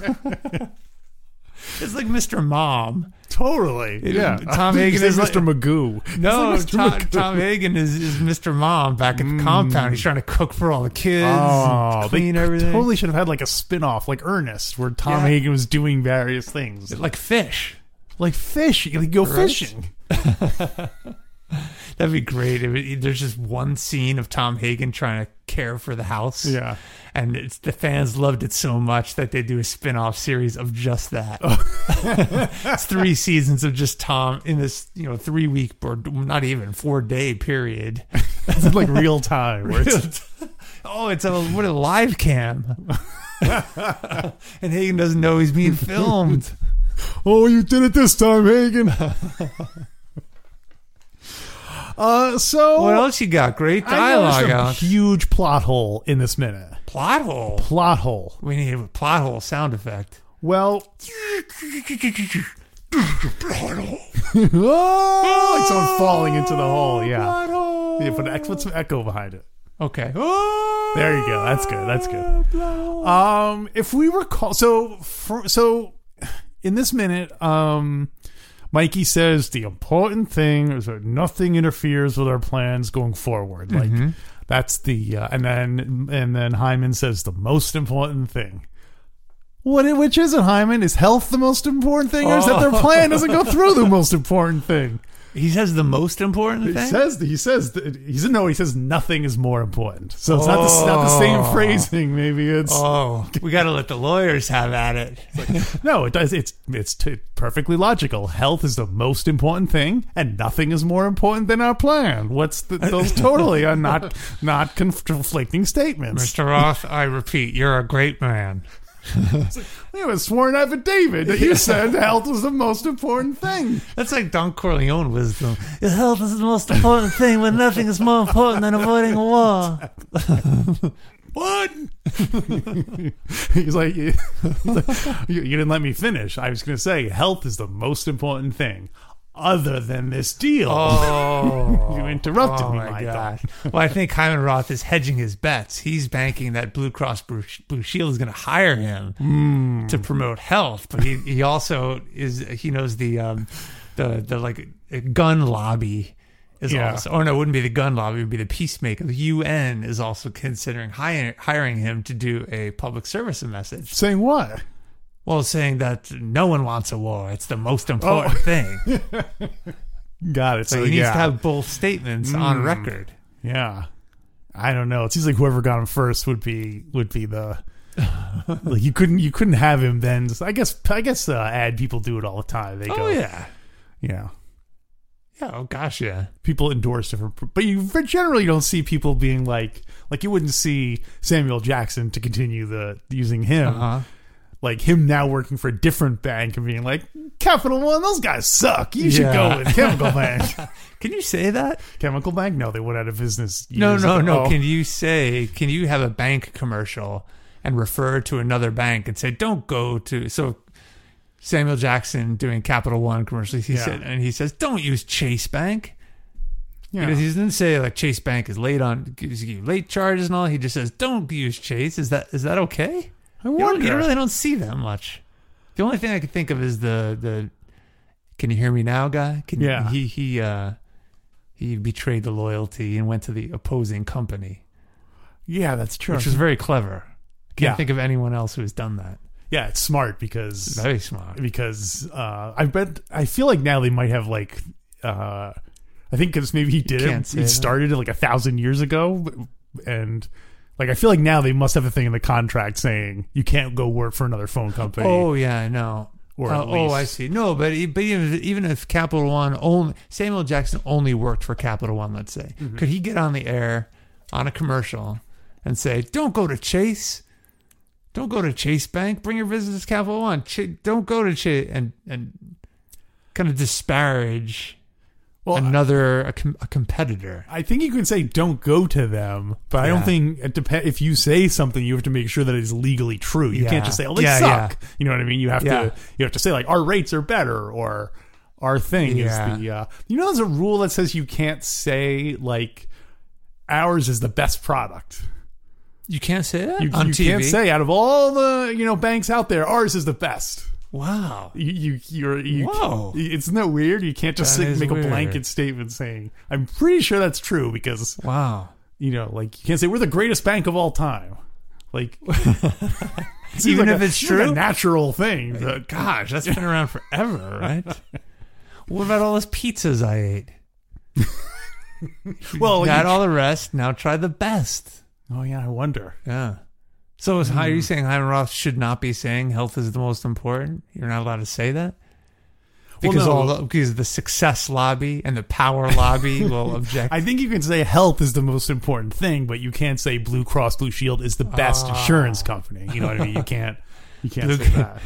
[SPEAKER 2] like Mr. Mom.
[SPEAKER 1] Totally. Yeah. [laughs]
[SPEAKER 2] Tom Hagen
[SPEAKER 1] is
[SPEAKER 2] is like-
[SPEAKER 1] Mr. Magoo. He's
[SPEAKER 2] No,
[SPEAKER 1] like Mr.
[SPEAKER 2] Tom,
[SPEAKER 1] Magoo.
[SPEAKER 2] Tom Hagen is, is Mr. Mom back at the compound. He's trying to cook for all the kids,
[SPEAKER 1] Oh,
[SPEAKER 2] and clean
[SPEAKER 1] they
[SPEAKER 2] everything,
[SPEAKER 1] totally should have had like a spin-off like Ernest where Tom
[SPEAKER 2] Yeah.
[SPEAKER 1] Hagen was doing various things.
[SPEAKER 2] like fish.
[SPEAKER 1] Like fish, you go
[SPEAKER 2] Right?
[SPEAKER 1] fishing.
[SPEAKER 2] That'd be great. If it, there's just one scene of Tom Hagen trying to care for the house.
[SPEAKER 1] Yeah.
[SPEAKER 2] And it's, the fans loved it so much that they do a spin off series of just that.
[SPEAKER 1] Oh.
[SPEAKER 2] [laughs] it's three seasons of just Tom in this, you know, three week or not even four
[SPEAKER 1] [laughs]
[SPEAKER 2] day period.
[SPEAKER 1] It's like real time where it's
[SPEAKER 2] oh, it's a what a live cam. and Hagen doesn't know he's being filmed.
[SPEAKER 1] [laughs] Oh, you did it this time, [laughs] Hagen. uh so
[SPEAKER 2] What else you got? Great
[SPEAKER 1] I noticed
[SPEAKER 2] dialogue.
[SPEAKER 1] a
[SPEAKER 2] Alex.
[SPEAKER 1] huge plot hole in this minute.
[SPEAKER 2] Plot hole.
[SPEAKER 1] Plot hole.
[SPEAKER 2] We need a plot hole sound effect. [laughs]
[SPEAKER 1] Well, oh, like someone falling into the Oh, hole. Oh, Yeah.
[SPEAKER 2] Plot hole.
[SPEAKER 1] Yeah, put, an, put some echo behind it.
[SPEAKER 2] Okay.
[SPEAKER 1] There you go. That's good. That's good.
[SPEAKER 2] Uh,
[SPEAKER 1] Um, if we recall, so for, so in this minute, um, Mikey says the important thing is that nothing interferes with our plans going forward. Like that's the uh, and then and then Hyman says the most important thing. What it- which is it, Hyman? Is health the most important thing, or is that their plan doesn't go through the most important thing?
[SPEAKER 2] He says the most important
[SPEAKER 1] He
[SPEAKER 2] thing.
[SPEAKER 1] says he says that- he says no. He says nothing is more important. So it's not the, not the same
[SPEAKER 2] Oh.
[SPEAKER 1] phrasing. Maybe it's
[SPEAKER 2] oh, we got to let the lawyers have
[SPEAKER 1] [laughs]
[SPEAKER 2] at it.
[SPEAKER 1] no. It does. It's it's t- perfectly logical. Health is the most important thing, and nothing is more important than our plan. What's the, [laughs] those totally are not not conf- conflicting statements.
[SPEAKER 2] Mr. Roth, I repeat, you're a great man.
[SPEAKER 1] We have a sworn affidavit that you said health was the most important [laughs] thing.
[SPEAKER 2] That's like Don Corleone wisdom. Your health is the most important thing, but nothing is more important than avoiding a war.
[SPEAKER 1] What? he's like, [laughs] he's like, you, you didn't let me finish. I was going to say, health is the most important thing, other than this deal. [laughs]
[SPEAKER 2] Oh,
[SPEAKER 1] You interrupted
[SPEAKER 2] oh
[SPEAKER 1] me,
[SPEAKER 2] my
[SPEAKER 1] my
[SPEAKER 2] gosh. well, I think Hyman Roth is hedging his bets. He's banking that Blue Cross Blue, Blue Shield is going to hire him
[SPEAKER 1] Mm.
[SPEAKER 2] to promote health, but he, he also is he knows the um, the the like uh, gun lobby is
[SPEAKER 1] Yeah.
[SPEAKER 2] also or no, it wouldn't be the gun lobby, it would be the peacemaker. The UN is also considering hiring hiring him to do a public service message.
[SPEAKER 1] Saying what?
[SPEAKER 2] Well, saying that no one wants a war. It's the
[SPEAKER 1] Oh.
[SPEAKER 2] most important
[SPEAKER 1] [laughs]
[SPEAKER 2] thing. So,
[SPEAKER 1] Got it. So,
[SPEAKER 2] he needs
[SPEAKER 1] yeah. Mm.
[SPEAKER 2] to have both statements on record.
[SPEAKER 1] yeah. I don't know. It seems like whoever got him first would be would be
[SPEAKER 2] [laughs]
[SPEAKER 1] the like you couldn't you couldn't have him then. I guess I guess uh, ad people do it all the time. They go
[SPEAKER 2] Oh yeah.
[SPEAKER 1] yeah.
[SPEAKER 2] Yeah, oh gosh, yeah.
[SPEAKER 1] people endorse different but you generally don't see people being like like you wouldn't see samuel jackson to continue the using him
[SPEAKER 2] Uh-huh.
[SPEAKER 1] like him now working for a different bank and being like capital one those guys suck you should go
[SPEAKER 2] Yeah.
[SPEAKER 1] with
[SPEAKER 2] [laughs]
[SPEAKER 1] chemical bank
[SPEAKER 2] Can you say that? oh.
[SPEAKER 1] chemical bank no they went out of business
[SPEAKER 2] No,
[SPEAKER 1] years
[SPEAKER 2] no,
[SPEAKER 1] ago.
[SPEAKER 2] no. Can you say can you have a bank commercial and refer to another bank and say don't go to so Samuel Jackson doing Capital One commercials, he
[SPEAKER 1] Yeah.
[SPEAKER 2] said and he says, Don't use Chase Bank.
[SPEAKER 1] Yeah.
[SPEAKER 2] Because He didn't say like Chase Bank is late on gives you late charges and all. He just says, Don't use Chase. Is that is that okay?
[SPEAKER 1] i
[SPEAKER 2] You, don't,
[SPEAKER 1] wonder
[SPEAKER 2] you really don't see that much. The only thing I can think of is the the "Can you hear me now?" guy. Can
[SPEAKER 1] Yeah.
[SPEAKER 2] He he uh, he betrayed the loyalty and went to the opposing company,
[SPEAKER 1] yeah that's true
[SPEAKER 2] which was very clever. Can't
[SPEAKER 1] Uh-huh. Yeah.
[SPEAKER 2] think of anyone else who has done that.
[SPEAKER 1] yeah it's smart because
[SPEAKER 2] Very smart.
[SPEAKER 1] because uh, I bet I feel like now they might have like uh, I think because maybe he did
[SPEAKER 2] can't
[SPEAKER 1] it.
[SPEAKER 2] say
[SPEAKER 1] He
[SPEAKER 2] that.
[SPEAKER 1] started it like a thousand years ago, and Like I feel like now they must have a thing in the contract saying you can't go work for another phone company.
[SPEAKER 2] Oh yeah, I know.
[SPEAKER 1] Or
[SPEAKER 2] Uh,
[SPEAKER 1] at
[SPEAKER 2] oh, I
[SPEAKER 1] least-
[SPEAKER 2] see. No, but e- but even even if Capital One only Samuel Jackson only worked for Capital One, let's say,
[SPEAKER 1] Mm-hmm.
[SPEAKER 2] could he get on the air on a commercial and say, "Don't go to Chase, don't go to Chase Bank, bring your business to Capital One, Ch- don't go to Chase," and and kind of disparage
[SPEAKER 1] well,
[SPEAKER 2] another a, com- a competitor.
[SPEAKER 1] I think you can say don't go to them, but I don't
[SPEAKER 2] Yeah.
[SPEAKER 1] think it depends. If you say something, you have to make sure that it is legally true. You
[SPEAKER 2] Yeah.
[SPEAKER 1] can't just say, "Oh, they
[SPEAKER 2] Yeah,
[SPEAKER 1] suck." You know what I mean? You have
[SPEAKER 2] Yeah.
[SPEAKER 1] to you have to say like our rates are better or our thing
[SPEAKER 2] Yeah.
[SPEAKER 1] is the uh, you know there's a rule that says you can't say like ours is the best product.
[SPEAKER 2] You can't say that
[SPEAKER 1] You,
[SPEAKER 2] on
[SPEAKER 1] you
[SPEAKER 2] TV.
[SPEAKER 1] can't say out of all the you know banks out there, ours is the best.
[SPEAKER 2] wow.
[SPEAKER 1] You, you you're you,
[SPEAKER 2] Whoa.
[SPEAKER 1] It's not weird. You can't just
[SPEAKER 2] That
[SPEAKER 1] say,
[SPEAKER 2] is
[SPEAKER 1] make
[SPEAKER 2] weird.
[SPEAKER 1] a blanket statement saying I'm pretty sure that's true because
[SPEAKER 2] Wow.
[SPEAKER 1] you know, like you can't say we're the greatest bank of all time. Like, It [laughs] seems
[SPEAKER 2] Even
[SPEAKER 1] like
[SPEAKER 2] if
[SPEAKER 1] a-
[SPEAKER 2] it's
[SPEAKER 1] seems like
[SPEAKER 2] true?
[SPEAKER 1] a natural thing. but
[SPEAKER 2] Gosh, that's been around forever, right? what about all those pizzas I ate?
[SPEAKER 1] [laughs] well,
[SPEAKER 2] Got
[SPEAKER 1] Oh, you-
[SPEAKER 2] all the rest. Now try the best.
[SPEAKER 1] oh yeah, Mm. I [laughs] wonder.
[SPEAKER 2] Yeah. So is are you saying Hyman Roth should not be saying health is the most important? You're not allowed to say that
[SPEAKER 1] Well,
[SPEAKER 2] because
[SPEAKER 1] no.
[SPEAKER 2] all the, because the success lobby and the
[SPEAKER 1] [laughs]
[SPEAKER 2] power lobby will object.
[SPEAKER 1] I think you can say health is the most important thing, but you can't say Blue Cross Blue Shield is the best insurance company. You know what I mean? You can't. You can't
[SPEAKER 2] Blue-
[SPEAKER 1] say that.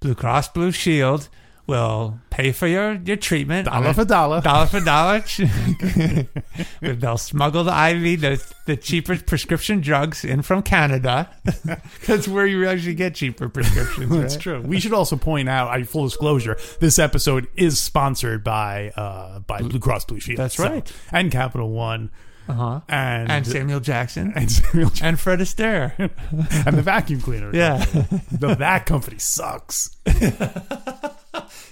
[SPEAKER 2] Blue Cross Blue Shield will pay for your your treatment
[SPEAKER 1] [laughs]
[SPEAKER 2] on
[SPEAKER 1] Dollar
[SPEAKER 2] a-
[SPEAKER 1] for dollar.
[SPEAKER 2] dollar for dollar. [laughs] They'll smuggle the IV, the, the cheaper prescription drugs in from Canada. [laughs] That's where you actually get cheaper prescriptions.
[SPEAKER 1] That's
[SPEAKER 2] right?
[SPEAKER 1] true. We should also point out, I full disclosure, this episode is sponsored by uh, by Blue Cross Blue Shield.
[SPEAKER 2] That's right.
[SPEAKER 1] and Capital One,
[SPEAKER 2] Uh-huh.
[SPEAKER 1] and
[SPEAKER 2] And Samuel Jackson
[SPEAKER 1] [laughs] and Samuel Jackson
[SPEAKER 2] and Fred Astaire.
[SPEAKER 1] and the vacuum cleaner.
[SPEAKER 2] Yeah. [laughs]
[SPEAKER 1] No, that company sucks.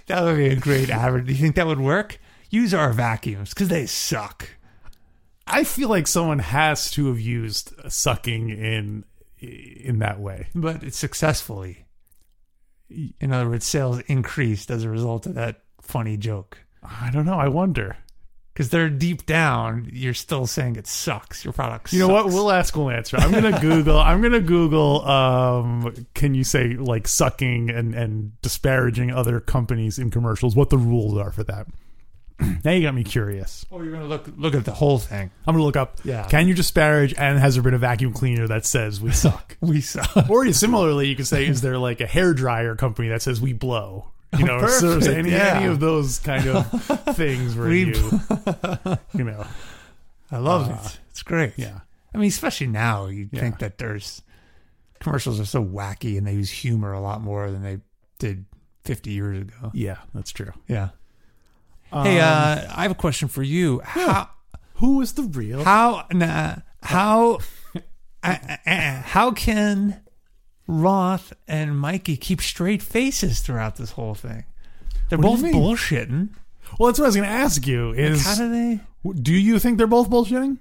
[SPEAKER 2] That would be a great advert. Do you think that would work? Use our vacuums because they suck.
[SPEAKER 1] I feel like someone has to have used sucking in in that way.
[SPEAKER 2] But it's successfully. In other words, sales increased as a result of that funny joke.
[SPEAKER 1] I don't know. I wonder.
[SPEAKER 2] Because they're deep down, you're still saying it sucks. Your product
[SPEAKER 1] You know what?
[SPEAKER 2] sucks.
[SPEAKER 1] We'll ask. We'll answer. I'm gonna Google. I'm gonna Google. Um, can you say like sucking and and disparaging other companies in commercials? What the rules are for that? [clears throat] now you got me curious.
[SPEAKER 2] Oh, you're gonna look look at the whole thing.
[SPEAKER 1] I'm gonna look up.
[SPEAKER 2] Yeah.
[SPEAKER 1] Can you disparage? And has there been a vacuum cleaner that says we suck?
[SPEAKER 2] We saw. [laughs]
[SPEAKER 1] Or similarly, you could say, is there like a hair dryer company that says we blow? You [laughs] know, so
[SPEAKER 2] Perfect,
[SPEAKER 1] any,
[SPEAKER 2] yeah.
[SPEAKER 1] any of those kind [laughs] of things where
[SPEAKER 2] We
[SPEAKER 1] you, you know,
[SPEAKER 2] I love
[SPEAKER 1] Uh,
[SPEAKER 2] it. It's great.
[SPEAKER 1] yeah.
[SPEAKER 2] I mean, especially now, you would
[SPEAKER 1] Yeah.
[SPEAKER 2] think that there's commercials are so wacky and they use humor a lot more than they did 50 years ago.
[SPEAKER 1] Yeah, that's true.
[SPEAKER 2] Yeah. hey, uh, I have a question for you. How
[SPEAKER 1] Who is the real?
[SPEAKER 2] how nah, how uh, uh, how can Roth and Mikey keep straight faces throughout this whole thing? They're
[SPEAKER 1] What
[SPEAKER 2] both
[SPEAKER 1] do you mean?
[SPEAKER 2] bullshitting.
[SPEAKER 1] Well, that's what I was going to ask you
[SPEAKER 2] How
[SPEAKER 1] is
[SPEAKER 2] do they?
[SPEAKER 1] do you think they're both bullshitting?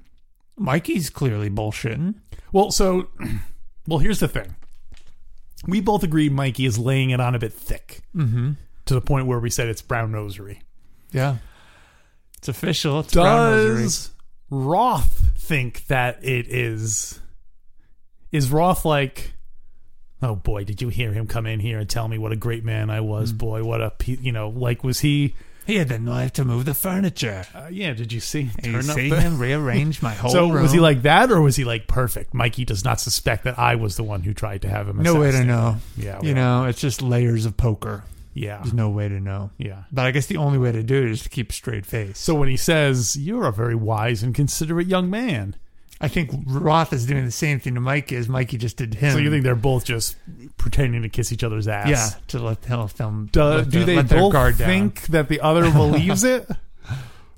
[SPEAKER 2] Mikey's clearly bullshitting.
[SPEAKER 1] Well, so, [clears throat] well, here's the thing. We both agree Mikey is laying it on a bit thick mm-hmm. to the point where we said it's brown nosery.
[SPEAKER 2] Yeah. It's official. It's Does...
[SPEAKER 1] Does Roth think that it is? Is Roth like, oh boy, did you hear him come in here and tell me what a great man I was? Boy, what a pe- you know, like was he?
[SPEAKER 2] He had the knife to move the furniture.
[SPEAKER 1] Uh, yeah, did you see?
[SPEAKER 2] And you
[SPEAKER 1] Turn up
[SPEAKER 2] see
[SPEAKER 1] the-
[SPEAKER 2] him rearrange [laughs] my whole
[SPEAKER 1] so
[SPEAKER 2] room.
[SPEAKER 1] was he like that, or was he like perfect? Mikey does not suspect that I was the one who tried to have him.
[SPEAKER 2] No way to
[SPEAKER 1] assassinated.
[SPEAKER 2] know.
[SPEAKER 1] Yeah,
[SPEAKER 2] You know, it's just layers of poker.
[SPEAKER 1] yeah,
[SPEAKER 2] There's no way to know.
[SPEAKER 1] yeah.
[SPEAKER 2] But I guess the only way to do it is to keep a straight face.
[SPEAKER 1] So when he says you're a very wise and considerate young man,
[SPEAKER 2] I think Roth is doing the same thing to Mikey as Mikey just did to him.
[SPEAKER 1] so you think they're both just pretending to kiss each other's ass?
[SPEAKER 2] Yeah, to let the them
[SPEAKER 1] Do,
[SPEAKER 2] let
[SPEAKER 1] do
[SPEAKER 2] the-
[SPEAKER 1] they
[SPEAKER 2] let their
[SPEAKER 1] both
[SPEAKER 2] guard down.
[SPEAKER 1] think that the other believes it?
[SPEAKER 2] [laughs]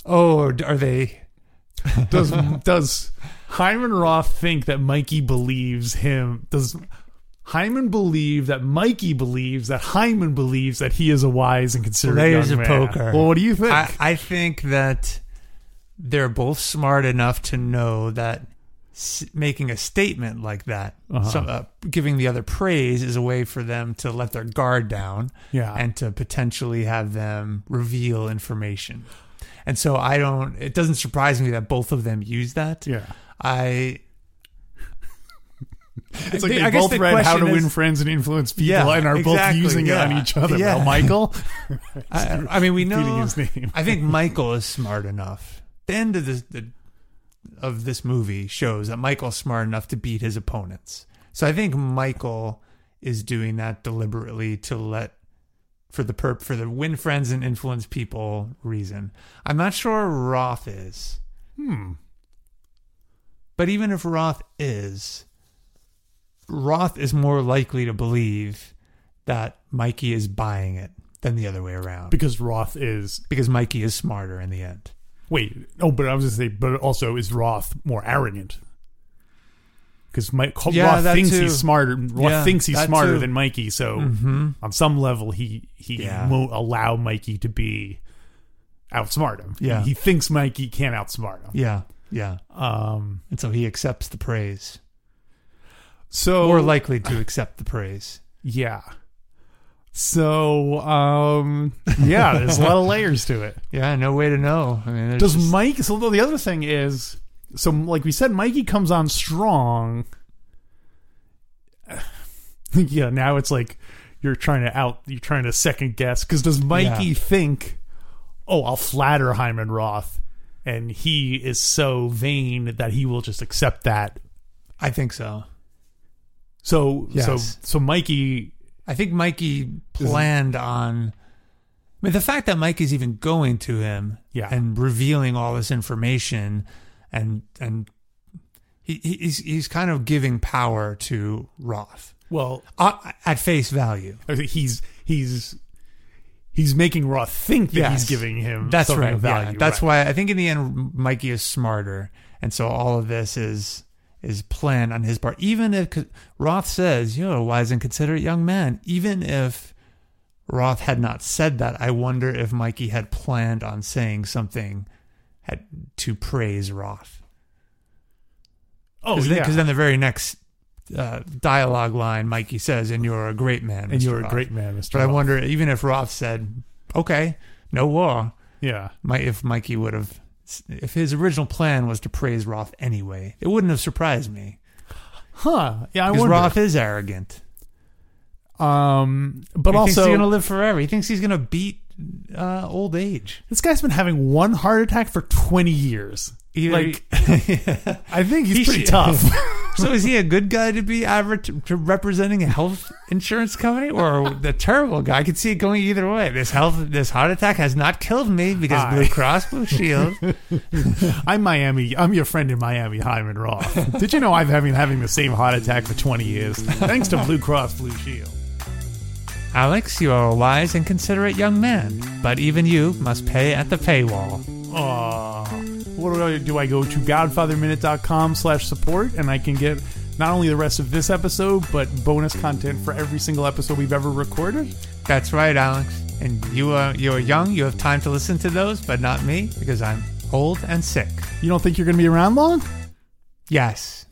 [SPEAKER 2] Oh, or d- are they?
[SPEAKER 1] Does does Hyman Roth think that Mikey believes him? Does Hyman believe that Mikey believes that Hyman believes that he is a wise and considerate
[SPEAKER 2] Layers
[SPEAKER 1] young
[SPEAKER 2] of
[SPEAKER 1] man?
[SPEAKER 2] poker.
[SPEAKER 1] Well, what do you think?
[SPEAKER 2] I, I think that they're both smart enough to know that s- making a statement like that,
[SPEAKER 1] Uh-huh.
[SPEAKER 2] some- uh, giving the other praise, is a way for them to let their guard down
[SPEAKER 1] Yeah.
[SPEAKER 2] and to potentially have them reveal information. And so I don't. It doesn't surprise me that both of them use that.
[SPEAKER 1] yeah.
[SPEAKER 2] I
[SPEAKER 1] It's like
[SPEAKER 2] The-
[SPEAKER 1] they
[SPEAKER 2] I guess
[SPEAKER 1] both
[SPEAKER 2] the
[SPEAKER 1] read How to
[SPEAKER 2] question is-
[SPEAKER 1] Win Friends and Influence People
[SPEAKER 2] Yeah,
[SPEAKER 1] and are both
[SPEAKER 2] exactly,
[SPEAKER 1] using it on
[SPEAKER 2] yeah.
[SPEAKER 1] each other.
[SPEAKER 2] Yeah.
[SPEAKER 1] Well,
[SPEAKER 2] [laughs]
[SPEAKER 1] Michael,
[SPEAKER 2] I, I mean, we
[SPEAKER 1] repeating
[SPEAKER 2] know.
[SPEAKER 1] his name.
[SPEAKER 2] I think Michael is smart enough. The end of this the, of this movie shows that Michael's smart enough to beat his opponents. So I think Michael is doing that deliberately to let for the perp for the win friends and influence people reason. I'm not sure Roth is.
[SPEAKER 1] Hmm.
[SPEAKER 2] But even if Roth is, Roth is more likely to believe that Mikey is buying it than the other way around.
[SPEAKER 1] Because Roth is
[SPEAKER 2] Because Mikey is smarter in the end.
[SPEAKER 1] wait. Oh, but I was going to say, but also is Roth more arrogant? Because
[SPEAKER 2] Yeah,
[SPEAKER 1] Roth
[SPEAKER 2] that
[SPEAKER 1] thinks
[SPEAKER 2] too.
[SPEAKER 1] he's smarter. Roth
[SPEAKER 2] Yeah,
[SPEAKER 1] thinks he's
[SPEAKER 2] that
[SPEAKER 1] smarter
[SPEAKER 2] too.
[SPEAKER 1] than Mikey. So
[SPEAKER 2] Mm-hmm.
[SPEAKER 1] on some level, he he
[SPEAKER 2] Yeah.
[SPEAKER 1] won't allow Mikey to be outsmart him.
[SPEAKER 2] Yeah.
[SPEAKER 1] he thinks Mikey can outsmart him.
[SPEAKER 2] Yeah. Yeah.
[SPEAKER 1] Um.
[SPEAKER 2] And so he accepts the praise.
[SPEAKER 1] So
[SPEAKER 2] More likely to accept the praise.
[SPEAKER 1] Yeah. So, um, yeah, there's a lot of layers to it.
[SPEAKER 2] Yeah, no way to know. I mean, there's
[SPEAKER 1] Does
[SPEAKER 2] just-
[SPEAKER 1] Mike, so the other thing is, so like we said, Mikey comes on strong. [sighs] yeah, now it's like you're trying to out, you're trying to second guess. Cause does Mikey
[SPEAKER 2] Yeah.
[SPEAKER 1] think, oh, I'll flatter Hyman Roth? And he is so vain that he will just accept that.
[SPEAKER 2] I think so.
[SPEAKER 1] So, so,
[SPEAKER 2] Yes.
[SPEAKER 1] so Mikey,
[SPEAKER 2] I think Mikey planned on. I mean, the fact that Mikey's even going to him
[SPEAKER 1] Yeah.
[SPEAKER 2] and revealing all this information, and and he he- he's he's kind of giving power to Roth
[SPEAKER 1] well,
[SPEAKER 2] uh, at face value.
[SPEAKER 1] I think he's he's he's making Roth think that
[SPEAKER 2] Yes.
[SPEAKER 1] he's giving him
[SPEAKER 2] That's
[SPEAKER 1] something
[SPEAKER 2] right.
[SPEAKER 1] of value.
[SPEAKER 2] yeah. That's why I think in the end Mikey is smarter, and so all of this is is planned on his part. Even if 'cause Roth says, "You're a wise and considerate young man," even if Roth had not said that, I wonder if Mikey had planned on saying something had to praise Roth.
[SPEAKER 1] Oh
[SPEAKER 2] Because
[SPEAKER 1] yeah,
[SPEAKER 2] then, the very next uh, dialogue line, Mikey says, "And you're a great man."
[SPEAKER 1] and
[SPEAKER 2] Mr.
[SPEAKER 1] you're a
[SPEAKER 2] Roth."
[SPEAKER 1] great man, Mister.
[SPEAKER 2] But I wonder even if Roth said, "Okay, no war."
[SPEAKER 1] Yeah,
[SPEAKER 2] my if Mikey would have if his original plan was to praise Roth anyway, it wouldn't have surprised me.
[SPEAKER 1] huh? Yeah, I
[SPEAKER 2] Because
[SPEAKER 1] wonder.
[SPEAKER 2] Roth is arrogant.
[SPEAKER 1] um, but
[SPEAKER 2] he thinks
[SPEAKER 1] also
[SPEAKER 2] he's gonna live forever. He thinks he's gonna beat uh, old age.
[SPEAKER 1] this guy's been having one heart attack for 20 years. like I think he's
[SPEAKER 2] He
[SPEAKER 1] pretty
[SPEAKER 2] should-
[SPEAKER 1] tough. [laughs]
[SPEAKER 2] [laughs] so is he a good guy to be adver- to representing a health insurance company or the terrible guy? I could see it going either way. This health, this heart attack has not killed me because
[SPEAKER 1] Hi.
[SPEAKER 2] Blue
[SPEAKER 1] [laughs]
[SPEAKER 2] Cross Blue Shield.
[SPEAKER 1] I'm Miami. I'm your friend in Miami, Hyman Roth. Did you know I've been having the same heart attack for 20 years thanks to Blue Cross Blue Shield?
[SPEAKER 2] Alex, you are a wise and considerate young man, but even you must pay at the paywall.
[SPEAKER 1] Aw. What do I do? I go to godfatherminute.com slash support and I can get not only the rest of this episode, but bonus content for every single episode we've ever recorded.
[SPEAKER 2] That's right, Alex. And you are you're young. You have time to listen to those, but not me because I'm old and sick.
[SPEAKER 1] You don't think you're going to be around long?
[SPEAKER 2] Yes.